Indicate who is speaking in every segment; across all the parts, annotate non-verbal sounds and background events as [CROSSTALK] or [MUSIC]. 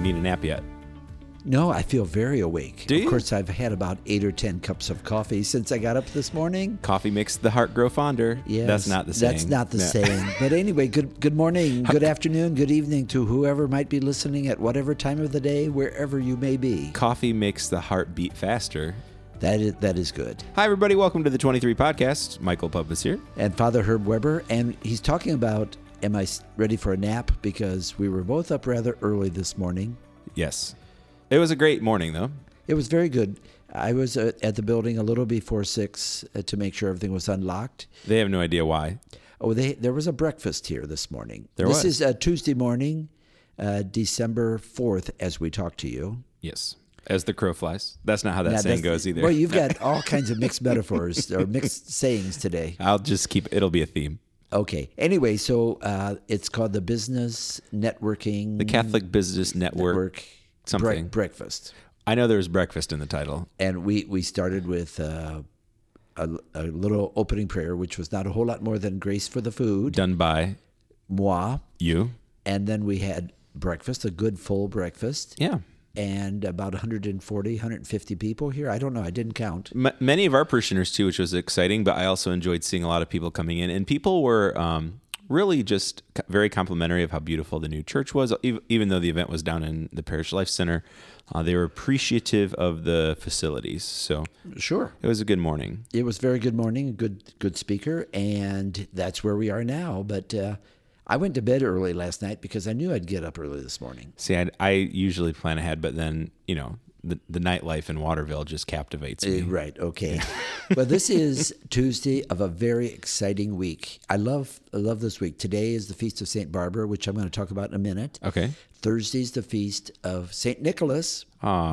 Speaker 1: need a nap yet?
Speaker 2: No, I feel very awake.
Speaker 1: Do
Speaker 2: of
Speaker 1: you?
Speaker 2: course, I've had about eight or ten cups of coffee since I got up this morning.
Speaker 1: Coffee makes the heart grow fonder.
Speaker 2: Yes,
Speaker 1: that's not the saying.
Speaker 2: That's not the
Speaker 1: No.
Speaker 2: saying. But anyway, good good morning, good afternoon, good evening to whoever might be listening at whatever time of the day, wherever you may be.
Speaker 1: [LAUGHS] Coffee makes the heart beat faster.
Speaker 2: That is, that is good.
Speaker 1: Hi, everybody. Welcome to the 23 Podcast. Michael Puppas here.
Speaker 2: And Father Herb Weber, and he's talking about am I s- ready for a nap? Because we were both up rather early this morning.
Speaker 1: Yes. It was a great morning, though.
Speaker 2: It was very good. I was uh, at the building a little before six uh, to make sure everything was unlocked.
Speaker 1: They have no idea why.
Speaker 2: Oh, they, there was a breakfast here this morning.
Speaker 1: There
Speaker 2: this
Speaker 1: was.
Speaker 2: is a Tuesday morning, uh, December 4th, as we talk to you.
Speaker 1: Yes. As the crow flies. That's not how that
Speaker 2: Now,
Speaker 1: saying
Speaker 2: that's-
Speaker 1: goes either.
Speaker 2: Well, you've
Speaker 1: [LAUGHS]
Speaker 2: got all kinds of mixed metaphors or mixed sayings today.
Speaker 1: I'll just keep it'll be a theme.
Speaker 2: Okay. Anyway, so uh, it's called the Business Networking
Speaker 1: The Catholic Business Network.
Speaker 2: Mm-hmm. Network
Speaker 1: something.
Speaker 2: Breakfast.
Speaker 1: I know there's breakfast in the title.
Speaker 2: And we, we started with uh, a, a little opening prayer, which was not a whole lot more than grace for the food,
Speaker 1: Done by
Speaker 2: moi.
Speaker 1: you.
Speaker 2: And then we had breakfast, a good full breakfast.
Speaker 1: Yeah.
Speaker 2: and about 140, 150 people here. I don't know. I didn't count.
Speaker 1: M- many of our parishioners too, which was exciting. But I also enjoyed seeing a lot of people coming in, and people were um, really just c- very complimentary of how beautiful the new church was. ev- Even though the event was down in the Parish Life Center, uh, they were appreciative of the facilities. So
Speaker 2: Sure.
Speaker 1: it was a good morning.
Speaker 2: It was very good morning, a good good speaker, and that's where we are now. But uh, I went to bed early last night because I knew I'd get up early this morning.
Speaker 1: See, I, I usually plan ahead, but then you know the the nightlife in Waterville just captivates me.
Speaker 2: Right. Okay. well, this is Tuesday of a very exciting week. I love I love this week. Today is the feast of Saint Barbara, which I'm going to talk about in a minute.
Speaker 1: Okay.
Speaker 2: Thursday's the feast of Saint Nicholas.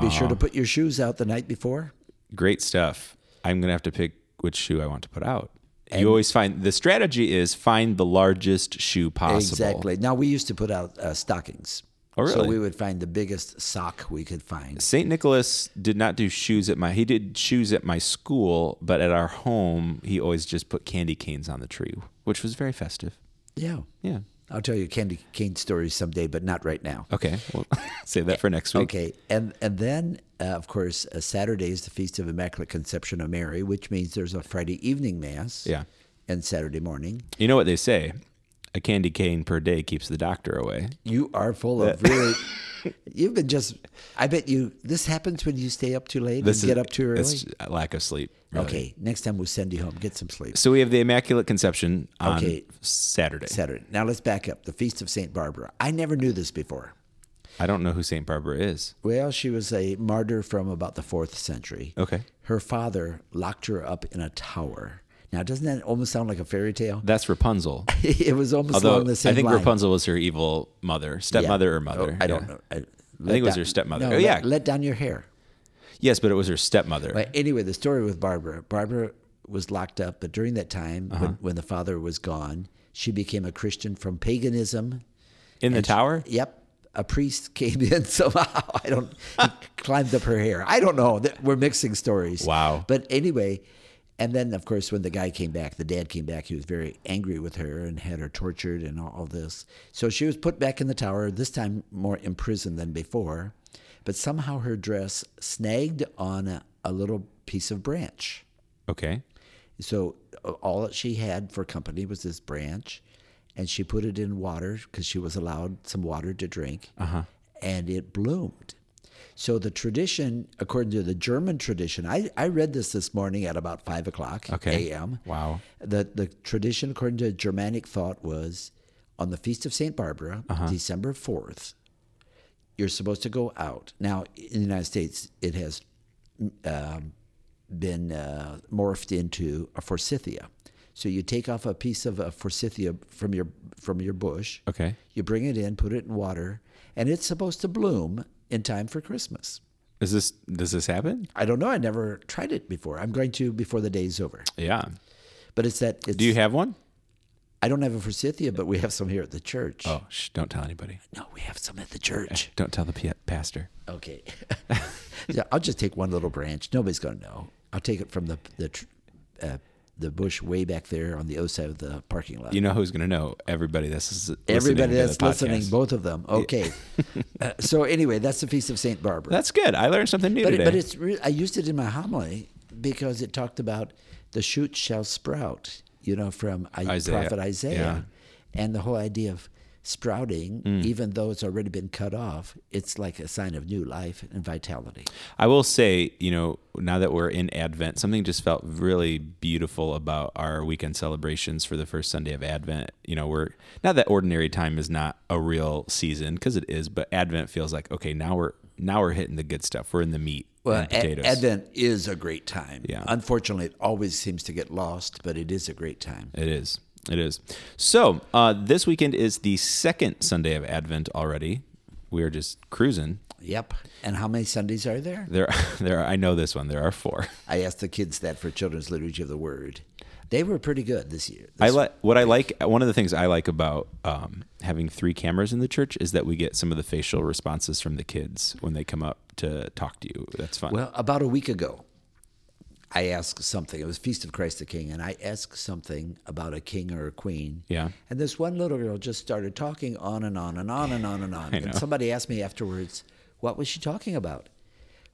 Speaker 2: Be sure to put your shoes out the night before.
Speaker 1: Great stuff. I'm gonna have to pick which shoe I want to put out. you always find the strategy is find the largest shoe possible.
Speaker 2: Exactly. Now we used to put out uh, stockings.
Speaker 1: Oh,
Speaker 2: So
Speaker 1: really?
Speaker 2: we would find the biggest sock we could find.
Speaker 1: St. Nicholas did not do shoes at my he did shoes at my school, but at our home he always just put candy canes on the tree, which was very festive.
Speaker 2: Yeah.
Speaker 1: Yeah.
Speaker 2: I'll tell you candy cane stories someday, but not right now.
Speaker 1: Okay. Well, [LAUGHS] save that for next week.
Speaker 2: Okay. And and then uh, of course uh, Saturday is the feast of Immaculate Conception of Mary, which means there's a Friday evening mass.
Speaker 1: Yeah.
Speaker 2: And Saturday morning.
Speaker 1: You know what they say? A candy cane per day keeps the doctor away.
Speaker 2: You are full of
Speaker 1: [LAUGHS]
Speaker 2: really. You've been just. I bet you this happens when you stay up too late
Speaker 1: This
Speaker 2: and get up too early. Oh.
Speaker 1: It's lack of sleep. really.
Speaker 2: Okay. Next time we'll send you home. Get some sleep.
Speaker 1: So we have the Immaculate Conception on
Speaker 2: Okay.
Speaker 1: Saturday.
Speaker 2: Saturday. Now let's back up. The Feast of St. Barbara. I never knew this before.
Speaker 1: I don't know who St. Barbara is.
Speaker 2: Well, she was a martyr from about the fourth century.
Speaker 1: Okay.
Speaker 2: Her father locked her up in a tower. Now, doesn't that almost sound like a fairy tale? [LAUGHS]
Speaker 1: That's Rapunzel.
Speaker 2: it was almost
Speaker 1: Although
Speaker 2: along the same
Speaker 1: I think
Speaker 2: line.
Speaker 1: Rapunzel was her evil mother,
Speaker 2: Yeah.
Speaker 1: stepmother or
Speaker 2: Oh,
Speaker 1: mother.
Speaker 2: I don't
Speaker 1: Yeah.
Speaker 2: know. I,
Speaker 1: think it was her stepmother. Oh,
Speaker 2: let-
Speaker 1: yeah.
Speaker 2: Let down your hair.
Speaker 1: Yes, but it was her stepmother.
Speaker 2: But anyway, the story with Barbara. Barbara was locked up, but during that time,
Speaker 1: Uh-huh.
Speaker 2: when, when the father was gone, she became a Christian from paganism.
Speaker 1: In the tower?
Speaker 2: Yep. A priest [LAUGHS] came in somehow. I don't, he climbed up her hair. I don't know. That- We're mixing stories.
Speaker 1: Wow.
Speaker 2: But anyway, and then, of course, when the guy came back, the dad came back, he was very angry with her and had her tortured and all, all this. So she was put back in the tower, this time more imprisoned than before. But somehow her dress snagged on a, a little piece of branch.
Speaker 1: Okay.
Speaker 2: So uh, all that she had for company was this branch, and she put it in water because she was allowed some water to drink,
Speaker 1: Uh-huh.
Speaker 2: and it bloomed. So the tradition, according to the German tradition, I, I read this this morning at about five o'clock
Speaker 1: Okay.
Speaker 2: a.m.
Speaker 1: Wow.
Speaker 2: The the tradition, according to Germanic thought, was on the feast of Saint Barbara,
Speaker 1: Uh-huh.
Speaker 2: December fourth. You're supposed to go out. Now, in the United States, it has been uh, morphed into a forsythia. So you take off a piece of a forsythia from your from your bush.
Speaker 1: Okay.
Speaker 2: You bring it in, put it in water, and it's supposed to bloom in time for Christmas.
Speaker 1: Is this does this happen?
Speaker 2: I don't know. I never tried it before. I'm going to before the day's over.
Speaker 1: Yeah.
Speaker 2: But it's that. It's,
Speaker 1: Do you have one?
Speaker 2: I don't have a forsythia, but we have some here at the church.
Speaker 1: Oh, shh, don't tell anybody.
Speaker 2: No, we have some at the church.
Speaker 1: Don't tell the p- pastor.
Speaker 2: [LAUGHS] Okay. yeah, I'll just take one little branch. Nobody's going to know. I'll take it from the the tr- uh, the bush way back there on the other side of the parking lot.
Speaker 1: You know who's going to know? Everybody that's listening
Speaker 2: Everybody
Speaker 1: to the
Speaker 2: that's listening,
Speaker 1: podcast.
Speaker 2: both of them.
Speaker 1: [LAUGHS]
Speaker 2: Okay. Uh, so anyway, that's the Feast of Saint Barbara.
Speaker 1: That's good. I learned something new
Speaker 2: but,
Speaker 1: today.
Speaker 2: but it's re- I used it in my homily because it talked about the shoot shall sprout. You know, from I,
Speaker 1: Isaiah.
Speaker 2: prophet Isaiah, and the whole idea of sprouting,
Speaker 1: Mm.
Speaker 2: even though it's already been cut off, it's like a sign of new life and vitality.
Speaker 1: I will say, you know, now that we're in Advent, something just felt really beautiful about our weekend celebrations for the first Sunday of Advent. You know, we're not that ordinary time is not a real season because it is, but Advent feels like okay, now we're now we're hitting the good stuff. We're in the meat and
Speaker 2: A-
Speaker 1: potatoes.
Speaker 2: E-, Advent is a great time.
Speaker 1: Yeah.
Speaker 2: Unfortunately, it always seems to get lost, but it is a great time.
Speaker 1: It is. It is. So uh, this weekend is the second Sunday of Advent already. We are just cruising.
Speaker 2: Yep. And how many Sundays are there?
Speaker 1: There, [LAUGHS] there. Are, I know this one. There are four.
Speaker 2: I asked the kids that for Children's Liturgy of the Word. They were pretty good this year.
Speaker 1: I like what I like. One of the things I like about um, having three cameras in the church is that we get some of the facial responses from the kids when they come up to talk to you. That's fun.
Speaker 2: Well, about a week ago, I asked something. It was Feast of Christ the King, and I asked something about a king or a queen.
Speaker 1: Yeah.
Speaker 2: And this one little girl just started talking on and on and on and on
Speaker 1: [LAUGHS]
Speaker 2: and on. and
Speaker 1: know.
Speaker 2: somebody asked me afterwards, what was she talking about?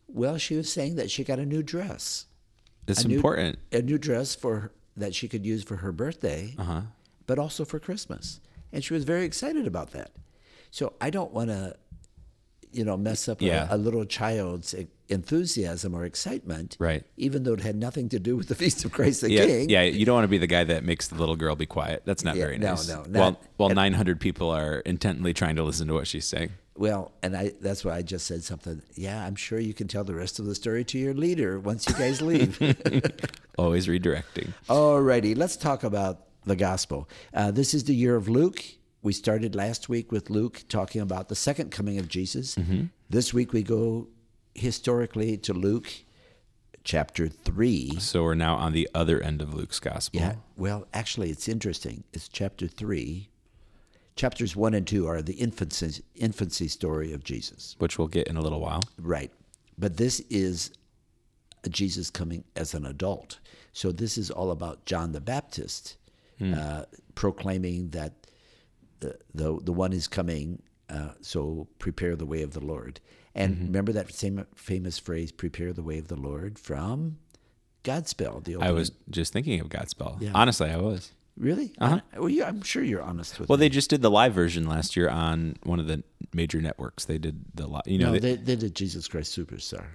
Speaker 2: Well, she was saying that she got a new dress.
Speaker 1: it's
Speaker 2: new-
Speaker 1: important.
Speaker 2: a new dress for her, that she could use for her birthday,
Speaker 1: Uh-huh.
Speaker 2: but also for Christmas. And she was very excited about that. So I don't want to, you know, mess up a-
Speaker 1: Yeah.
Speaker 2: a, little child's e- enthusiasm or excitement,
Speaker 1: Right.
Speaker 2: Even though it had nothing to do with the Feast of Christ the
Speaker 1: yeah,
Speaker 2: King.
Speaker 1: yeah. You don't want to be the guy that makes the little girl be quiet. That's not
Speaker 2: Yeah,
Speaker 1: very
Speaker 2: no,
Speaker 1: nice.
Speaker 2: no,
Speaker 1: While
Speaker 2: not-
Speaker 1: while nine hundred people are intently trying to listen to what she's saying.
Speaker 2: Well, and I that's why I just said something. Yeah, I'm sure you can tell the rest of the story to your leader once you guys leave.
Speaker 1: Always redirecting.
Speaker 2: Alrighty, let's talk about the gospel. Uh, this is the year of Luke. We started last week with Luke talking about the second coming of Jesus. This week we go historically to Luke chapter 3.
Speaker 1: So we're now on the other end of Luke's gospel.
Speaker 2: Yeah, Uh, well, actually, it's interesting. It's chapter 3. Chapters 1 and 2 are the infancy, infancy story of Jesus.
Speaker 1: Which we'll get in a little while.
Speaker 2: Right. But this is Jesus coming as an adult. So this is all about John the Baptist
Speaker 1: Hmm.
Speaker 2: uh, proclaiming that the, the, the one is coming, uh, so prepare the way of the Lord. And
Speaker 1: Mm-hmm.
Speaker 2: remember that same famous phrase, prepare the way of the Lord from Godspell. The
Speaker 1: I
Speaker 2: opening.
Speaker 1: was just thinking of Godspell. Honestly, I was.
Speaker 2: Really? uh, Well, you, I'm sure you're honest with
Speaker 1: Uh-huh. Well,
Speaker 2: me.
Speaker 1: they just did the live version last year on one of the major networks. They did the live. You know,
Speaker 2: No,
Speaker 1: they-
Speaker 2: they, they did Jesus Christ Superstar.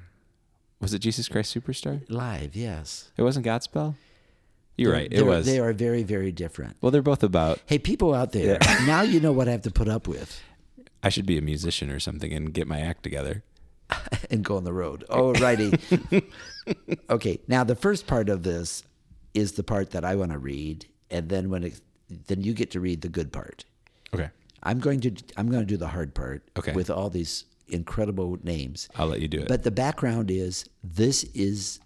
Speaker 1: was it Jesus Christ Superstar?
Speaker 2: Live, yes.
Speaker 1: It wasn't Godspell. You're right. It
Speaker 2: They're-
Speaker 1: was.
Speaker 2: They are very, very different.
Speaker 1: well, they're both about.
Speaker 2: Hey, people out there, [LAUGHS] now you know what I have to put up with
Speaker 1: I should be a musician or something and get my act together.
Speaker 2: and go on the road. Oh, righty. [LAUGHS] okay, now the first part of this is the part that I want to read, and then when it, then you get to read the good part.
Speaker 1: Okay,
Speaker 2: I'm going to I'm going to do the hard part
Speaker 1: Okay.
Speaker 2: with all these incredible names.
Speaker 1: I'll let you do it.
Speaker 2: But the background is this is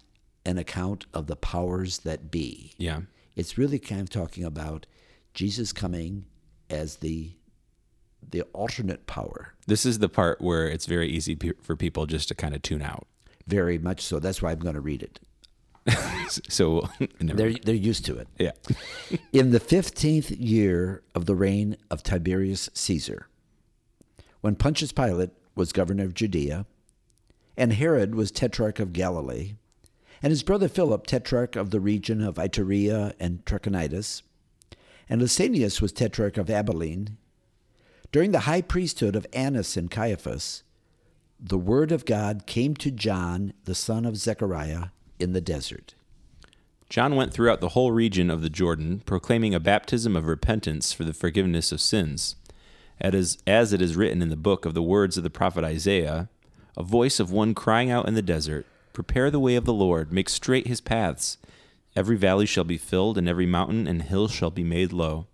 Speaker 2: an account of the powers that be.
Speaker 1: yeah,
Speaker 2: it's really kind of talking about Jesus coming as the the alternate power.
Speaker 1: this is the part where it's very easy pe- for people just to kind of tune out. [LAUGHS]
Speaker 2: Very much so. That's why I'm going to read it.
Speaker 1: So, [LAUGHS] never-
Speaker 2: They're they're used to it.
Speaker 1: yeah,
Speaker 2: In the 15th year of the reign of Tiberius Caesar, when Pontius Pilate was governor of Judea, and Herod was tetrarch of Galilee, and his brother Philip tetrarch of the region of Iturea and Trachonitis, and Lysanias was tetrarch of Abilene, during the high priesthood of Annas and Caiaphas, the word of God came to John, the son of Zechariah, in the desert.
Speaker 1: John went throughout the whole region of the Jordan, proclaiming a baptism of repentance for the forgiveness of sins. It is- As it is written in the book of the words of the prophet Isaiah, a voice of one crying out in the desert, Prepare the way of the Lord, make straight his paths. Every valley shall be filled, and every mountain and hill shall be made low.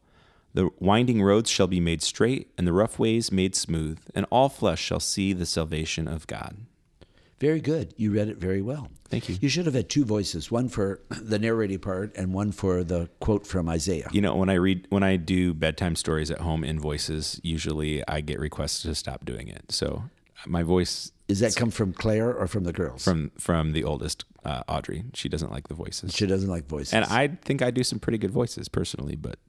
Speaker 1: The winding roads shall be made straight, and the rough ways made smooth, and all flesh shall see the salvation of God.
Speaker 2: Very good. You read it very well.
Speaker 1: Thank you.
Speaker 2: You should have had two voices, one for [CLEARS THROAT] the narrating part and one for the quote from Isaiah.
Speaker 1: you know when i read when i do bedtime stories at home in voices usually i get requests to stop doing it so my voice
Speaker 2: Is that come from Claire or from the girls?
Speaker 1: from from the oldest uh, Audrey. She doesn't like the voices,
Speaker 2: she doesn't like voices.
Speaker 1: and I think I do some pretty good voices personally, but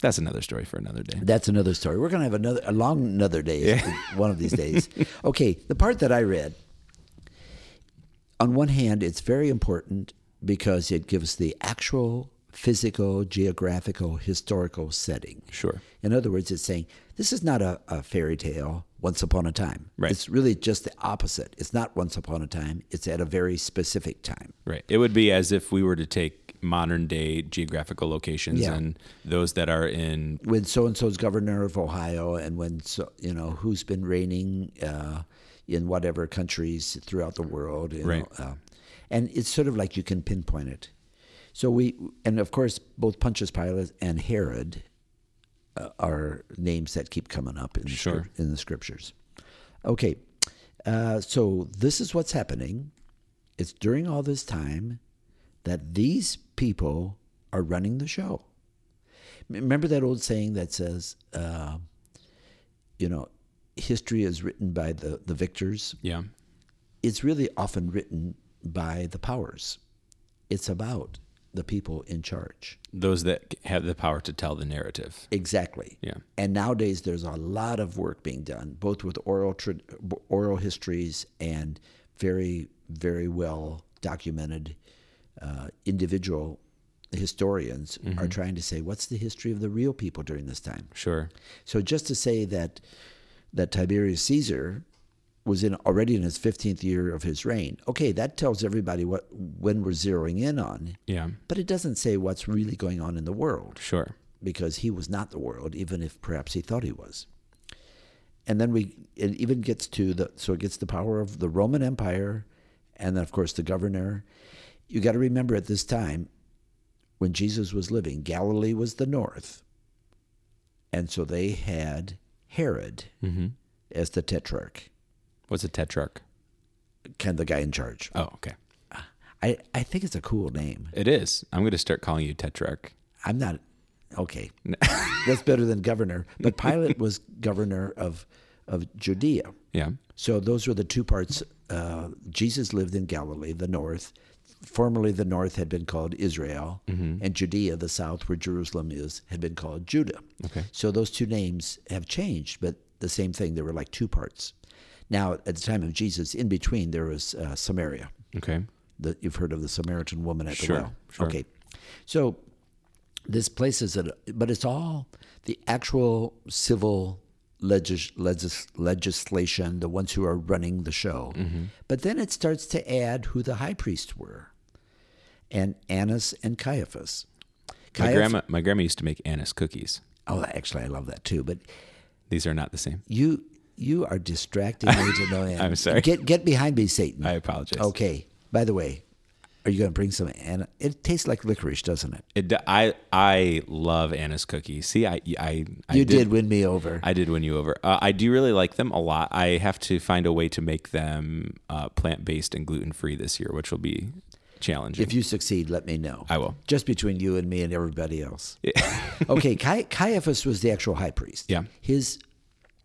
Speaker 1: that's another story for another day.
Speaker 2: That's another story. We're going to have another a long another day [LAUGHS] one of these
Speaker 1: [LAUGHS]
Speaker 2: days. okay, the part that I read on one hand it's very important because it gives the actual physical, geographical, historical setting.
Speaker 1: Sure.
Speaker 2: In other words, it's saying this is not a, a fairy tale once upon a time.
Speaker 1: Right.
Speaker 2: It's really just the opposite. It's not once upon a time, it's at a very specific time.
Speaker 1: Right. It would be as if we were to take modern day geographical locations
Speaker 2: Yeah.
Speaker 1: and those that are in
Speaker 2: when so and so's governor of Ohio, and when so you know who's been reigning uh, in whatever countries throughout the world, you
Speaker 1: Right.
Speaker 2: Know, uh, and it's sort of like you can pinpoint it. So we, and of course, both Pontius Pilate and Herod uh, are names that keep coming up in the,
Speaker 1: Sure.
Speaker 2: scrip- in the scriptures. Okay, uh, so this is what's happening. It's during all this time that these people are running the show. M- Remember that old saying that says, uh, you know, history is written by the, the victors?
Speaker 1: yeah.
Speaker 2: It's really often written by the powers. It's about the people in charge.
Speaker 1: Those that have the power to tell the narrative.
Speaker 2: Exactly.
Speaker 1: Yeah.
Speaker 2: And nowadays, there's a lot of work being done, both with oral tra- oral histories and very, very well documented uh, individual historians are trying to say what's the history of the real people during this time.
Speaker 1: Sure.
Speaker 2: So just to say that that Tiberius Caesar was in already in his 15th year of his reign. Okay, that tells everybody what when we're zeroing in on,
Speaker 1: Yeah.
Speaker 2: but it doesn't say what's really going on in the world
Speaker 1: Sure.
Speaker 2: because he was not the world, even if perhaps he thought he was. And then we, it even gets to the, so it gets the power of the Roman Empire and then, of course, the governor. You got to remember at this time, when Jesus was living, Galilee was the north. And so they had Herod
Speaker 1: Mhm.
Speaker 2: as the tetrarch,
Speaker 1: What's a tetrarch?
Speaker 2: kind of the guy in charge.
Speaker 1: Oh, okay.
Speaker 2: I, I think it's a cool name.
Speaker 1: It is. I'm going to start calling you tetrarch.
Speaker 2: I'm not okay. [LAUGHS] That's better than governor. But Pilate was governor of of Judea.
Speaker 1: Yeah.
Speaker 2: So those were the two parts. Uh, Jesus lived in Galilee, the north. Formerly, the north had been called Israel, and Judea, the south, where Jerusalem is, had been called Judah.
Speaker 1: Okay.
Speaker 2: So those two names have changed, but the same thing. There were like two parts. Now, at the time of Jesus, in between there was uh, Samaria
Speaker 1: Okay.
Speaker 2: the, you've heard of the Samaritan woman at
Speaker 1: Sure,
Speaker 2: the well.
Speaker 1: sure.
Speaker 2: Okay, so this place is at, but it's all the actual civil legis, legis, legislation, the ones who are running the show.
Speaker 1: Mm-hmm.
Speaker 2: But then it starts to add who the high priests were, and Annas and Caiaphas.
Speaker 1: My
Speaker 2: Caiaph-
Speaker 1: grandma my grandma used to make anise cookies.
Speaker 2: Oh, actually, I love that too. But
Speaker 1: These are not the same.
Speaker 2: you you are distracting me to
Speaker 1: [LAUGHS]
Speaker 2: no end.
Speaker 1: I'm sorry.
Speaker 2: Get get behind me, Satan.
Speaker 1: I apologize.
Speaker 2: Okay. By the way, are you going to bring some? And it tastes like licorice, doesn't it?
Speaker 1: It, d- I I love anise cookies. See, I I, I
Speaker 2: You did, win me over.
Speaker 1: I did win you over. Uh, I do really like them a lot. I have to find a way to make them uh, plant based and gluten free this year, which will be challenging.
Speaker 2: if you succeed, let me know.
Speaker 1: I will.
Speaker 2: Just between you and me and everybody else.
Speaker 1: [LAUGHS]
Speaker 2: okay. Cai- Caiaphas was the actual high priest.
Speaker 1: Yeah.
Speaker 2: His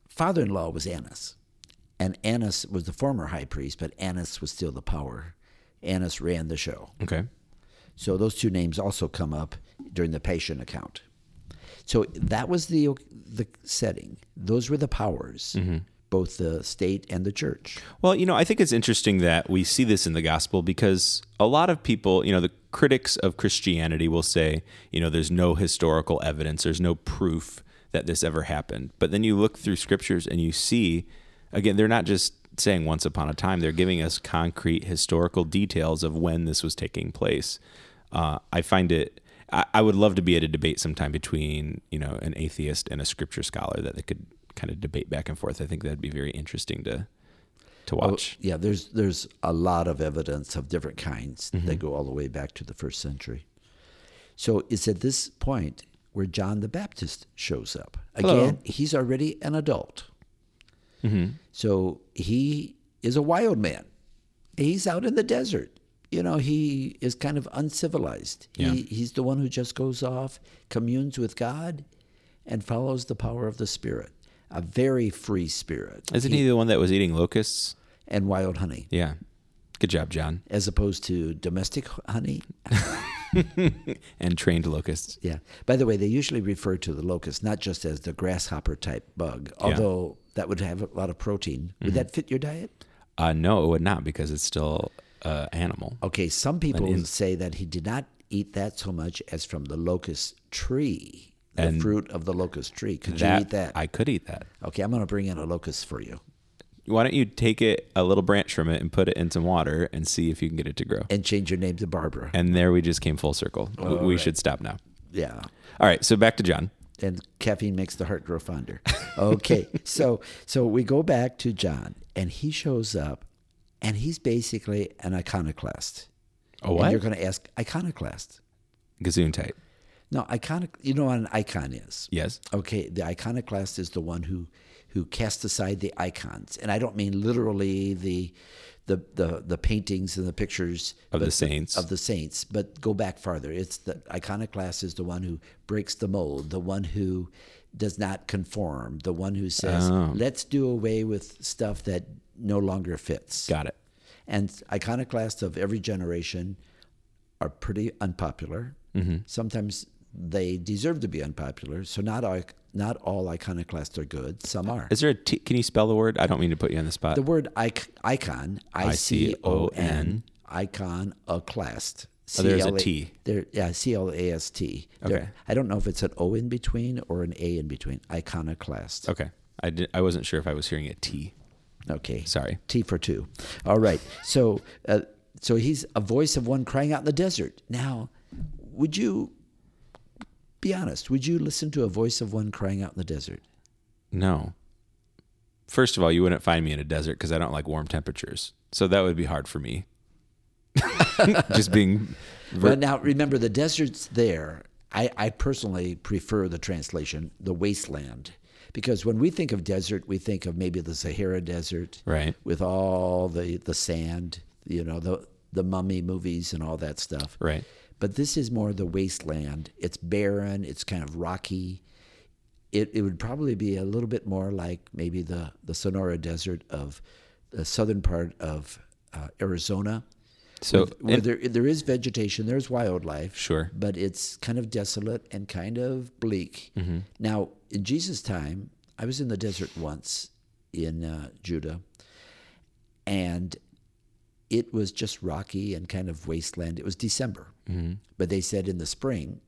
Speaker 2: father in law was Annas. And Annas was the former high priest, but Annas was still the power. Annas ran the show.
Speaker 1: okay.
Speaker 2: So those two names also come up during the patient account. So that was the the setting. Those were the powers, both the state and the church.
Speaker 1: Well, you know, I think it's interesting that we see this in the gospel because a lot of people, you know, the critics of Christianity will say, you know, there's no historical evidence, there's no proof that this ever happened. But then you look through scriptures and you see, again, they're not just saying once upon a time, they're giving us concrete historical details of when this was taking place. Uh, I find it. I I would love to be at a debate sometime between you know an atheist and a scripture scholar that they could kind of debate back and forth. I think that'd be very interesting to to watch.
Speaker 2: Yeah, there's there's a lot of evidence of different kinds
Speaker 1: Mm-hmm.
Speaker 2: that go all the way back to the first century. So it's at this point where John the Baptist shows up. Again,
Speaker 1: Hello. Mm-hmm.
Speaker 2: he's already an adult. So he is a wild man. He's out in the desert. You know, he is kind of uncivilized.
Speaker 1: Yeah.
Speaker 2: He, he's the one who just goes off, communes with God, and follows the power of the Spirit. A very free spirit.
Speaker 1: Isn't he the one that was eating locusts?
Speaker 2: and wild honey,
Speaker 1: Yeah. Good job, John.
Speaker 2: as opposed to domestic honey.
Speaker 1: And trained locusts.
Speaker 2: Yeah. By the way, they usually refer to the locust not just as the grasshopper type bug, although that would have a lot of protein. Would that fit your diet?
Speaker 1: Uh, no, it would not because it's still uh, animal.
Speaker 2: Okay, some people say that he did not eat that so much as from the locust tree, the fruit of the locust tree. Could you eat that?
Speaker 1: I could eat that.
Speaker 2: okay, I'm going to bring in a locust for you
Speaker 1: Why don't you take it a little branch from it and put it in some water and see if you can get it to grow?
Speaker 2: and change your name to Barbara.
Speaker 1: And there we just came full circle. we we should stop now.
Speaker 2: yeah.
Speaker 1: All right, so back to John.
Speaker 2: And caffeine makes the heart grow fonder.
Speaker 1: [LAUGHS]
Speaker 2: Okay. so so we go back to John and he shows up and he's basically an iconoclast.
Speaker 1: Oh,
Speaker 2: And you're going to ask iconoclast.
Speaker 1: Gazoon type.
Speaker 2: No, iconic. You know what an icon is.
Speaker 1: Yes.
Speaker 2: Okay, the iconoclast is the one who who casts aside the icons, and I don't mean literally the the the, the paintings and the pictures
Speaker 1: Of
Speaker 2: but-
Speaker 1: the saints.
Speaker 2: of the saints, but go back farther. It's the iconoclast is the one who breaks the mold, the one who does not conform, the one who says,
Speaker 1: Oh.
Speaker 2: "Let's do away with stuff that no longer fits."
Speaker 1: Got it.
Speaker 2: And iconoclasts of every generation are pretty unpopular.
Speaker 1: Mm-hmm.
Speaker 2: Sometimes they deserve to be unpopular. So not all, not all iconoclasts are good. Some are.
Speaker 1: Is there a T? Can you spell the word? I don't mean to put you on the spot.
Speaker 2: the word ic- icon, I C O N, icon, a clast.
Speaker 1: Oh, there's a
Speaker 2: CLA
Speaker 1: T.
Speaker 2: There, yeah, C L A S T. There-
Speaker 1: Okay.
Speaker 2: I don't know if it's an O in between or an A in between. Iconoclast.
Speaker 1: okay. I, did, I wasn't sure if I was hearing a T.
Speaker 2: Okay.
Speaker 1: Sorry.
Speaker 2: T for two. All right. So, uh, so he's a voice of one crying out in the desert. Now, would you be honest? Would you listen to a voice of one crying out in the desert?
Speaker 1: No. First of all, you wouldn't find me in a desert because I don't like warm temperatures. So that would be hard for me. [LAUGHS] Just being. ver-
Speaker 2: But now, remember, the desert's there. I, I personally prefer the translation, the wasteland, because when we think of desert, we think of maybe the Sahara Desert,
Speaker 1: Right.
Speaker 2: with all the the sand, you know, the the mummy movies and all that stuff.
Speaker 1: Right.
Speaker 2: But this is more the wasteland. It's barren. It's kind of rocky. It, it would probably be a little bit more like maybe the, the Sonora Desert of the southern part of uh, Arizona,
Speaker 1: So,
Speaker 2: where there, there is vegetation, there's wildlife.
Speaker 1: Sure.
Speaker 2: But it's kind of desolate and kind of bleak.
Speaker 1: Mm-hmm.
Speaker 2: Now, in Jesus' time, I was in the desert once in uh, Judah, and it was just rocky and kind of wasteland. It was December,
Speaker 1: Mm-hmm.
Speaker 2: but they said in the spring,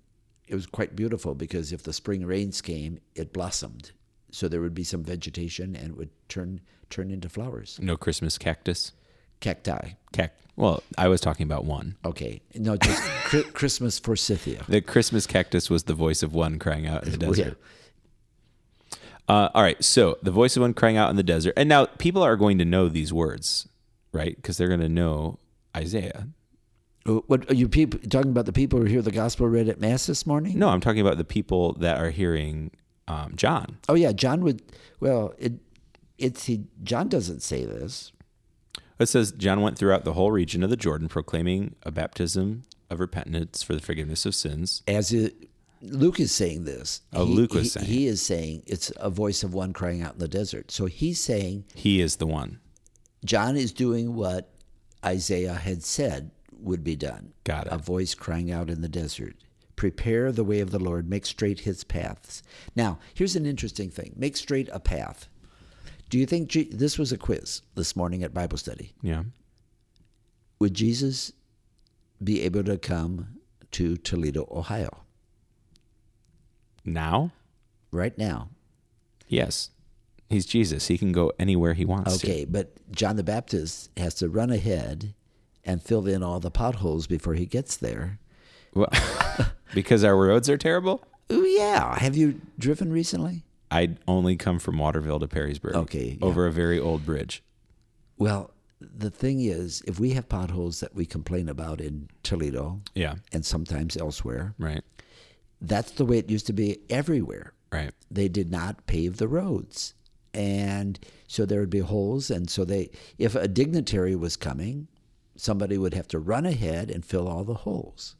Speaker 2: it was quite beautiful because if the spring rains came, it blossomed. So there would be some vegetation and it would turn turn into flowers,
Speaker 1: no Christmas cactus.
Speaker 2: cacti.
Speaker 1: Cac- well, I was talking about one.
Speaker 2: Okay, no, just
Speaker 1: [LAUGHS]
Speaker 2: Chri- Christmas forsythia.
Speaker 1: The Christmas cactus was the voice of one crying out in the desert.
Speaker 2: Yeah.
Speaker 1: Uh, all right. So the voice of one crying out in the desert. And now people are going to know these words, right? Because they're going to know Isaiah.
Speaker 2: Uh, What are you people talking about? The people who hear the gospel read at mass this morning?
Speaker 1: No, I'm talking about the people that are hearing um, John.
Speaker 2: Oh yeah, John would. Well, it, it's he. John doesn't say this.
Speaker 1: It says John went throughout the whole region of the Jordan proclaiming a baptism of repentance for the forgiveness of sins.
Speaker 2: As it, Luke is saying this.
Speaker 1: Oh,
Speaker 2: He-
Speaker 1: Luke was
Speaker 2: he-
Speaker 1: saying
Speaker 2: He is saying it's a voice of one crying out in the desert. So he's saying
Speaker 1: He is the one.
Speaker 2: John is doing what Isaiah had said would be done.
Speaker 1: Got it.
Speaker 2: A voice crying out in the desert Prepare the way of the Lord, make straight his paths. Now, here's an interesting thing make straight a path. Do you think Je- this was a quiz this morning at Bible study?
Speaker 1: Yeah.
Speaker 2: Would Jesus be able to come to Toledo, Ohio
Speaker 1: Now?
Speaker 2: right now?
Speaker 1: Yes. He's Jesus. He can go anywhere he wants to.
Speaker 2: Okay, but John the Baptist has to run ahead and fill in all the potholes before he gets there.
Speaker 1: Well, [LAUGHS] because our roads are terrible.
Speaker 2: Oh yeah. Have you driven recently?
Speaker 1: I'd only come from Waterville to Perrysburg.
Speaker 2: Okay, yeah.
Speaker 1: Over a very old bridge.
Speaker 2: Well, the thing is, if we have potholes that we complain about in Toledo
Speaker 1: Yeah.
Speaker 2: and sometimes elsewhere,
Speaker 1: Right.
Speaker 2: that's the way it used to be everywhere.
Speaker 1: Right.
Speaker 2: They did not pave the roads. And so there would be holes. And so they, if a dignitary was coming, somebody would have to run ahead and fill all the holes.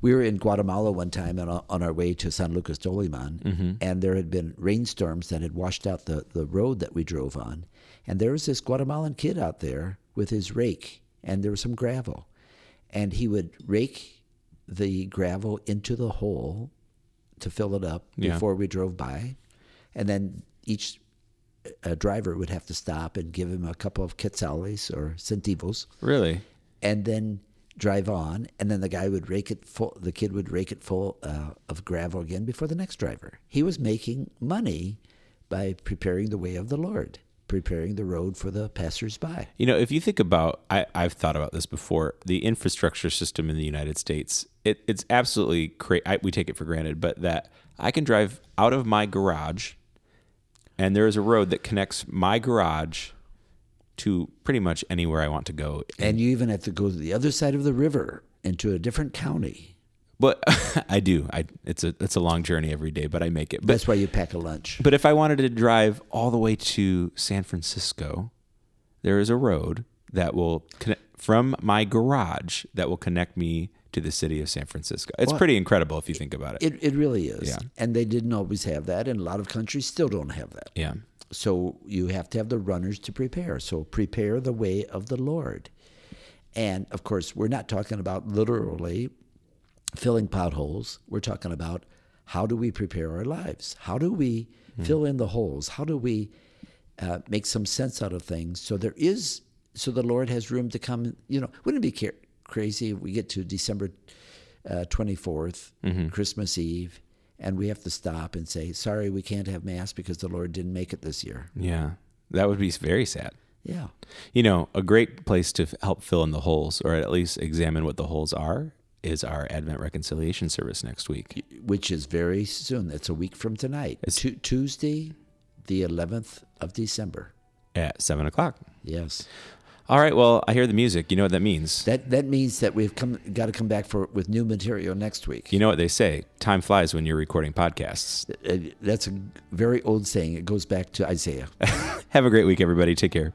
Speaker 2: we were in Guatemala one time and on, on our way to San Lucas Doliman, and there had been rainstorms that had washed out the, the road that we drove on. And there was this Guatemalan kid out there with his rake, and there was some gravel. And he would rake the gravel into the hole to fill it up
Speaker 1: Yeah.
Speaker 2: before we drove by. And then each uh driver would have to stop and give him a couple of quetzales or centavos
Speaker 1: Really?
Speaker 2: and then drive on. And then the guy would rake it full, the kid would rake it full uh, of gravel again before the next driver. He was making money by preparing the way of the Lord, preparing the road for the passersby.
Speaker 1: You know, if you think about, I, I've thought about this before. The infrastructure system in the United States, it, it's absolutely crazy. We take it for granted, but that I can drive out of my garage, and there is a road that connects my garage to pretty much anywhere I want to go.
Speaker 2: And you even have to go to the other side of the river into a different county.
Speaker 1: But [LAUGHS] I do. I it's a it's a long journey every day, but I make it. But
Speaker 2: That's why you pack a lunch.
Speaker 1: But if I wanted to drive all the way to San Francisco, there is a road that will connect from my garage that will connect me to the city of San Francisco. It's pretty incredible if you think about it.
Speaker 2: It, it really is.
Speaker 1: Yeah.
Speaker 2: And they didn't always have that. And a lot of countries still don't have that.
Speaker 1: yeah.
Speaker 2: So you have to have the runners to prepare. So prepare the way of the Lord. And of course, we're not talking about literally filling potholes. We're talking about how do we prepare our lives? How do we fill in the holes? How do we uh, make some sense out of things so there is so the Lord has room to come? You know, wouldn't it be ca- crazy if we get to December twenty Christmas Eve, and we have to stop and say, "Sorry, we can't have mass because the Lord didn't make it this year."
Speaker 1: Yeah. That would be very sad.
Speaker 2: Yeah,
Speaker 1: You know, a great place to f- help fill in the holes or at least examine what the holes are is our Advent reconciliation service next week.
Speaker 2: which is very soon. That's a week from tonight, Tu- Tuesday, the eleventh of December.
Speaker 1: At seven o'clock.
Speaker 2: Yes.
Speaker 1: All right. Well, I hear the music. You know what that means.
Speaker 2: That that means that we've come got to come back for with new material next week.
Speaker 1: You know what they say. Time flies when you're recording podcasts.
Speaker 2: Uh, That's a very old saying. It goes back to Isaiah.
Speaker 1: Have a great week, everybody. Take care.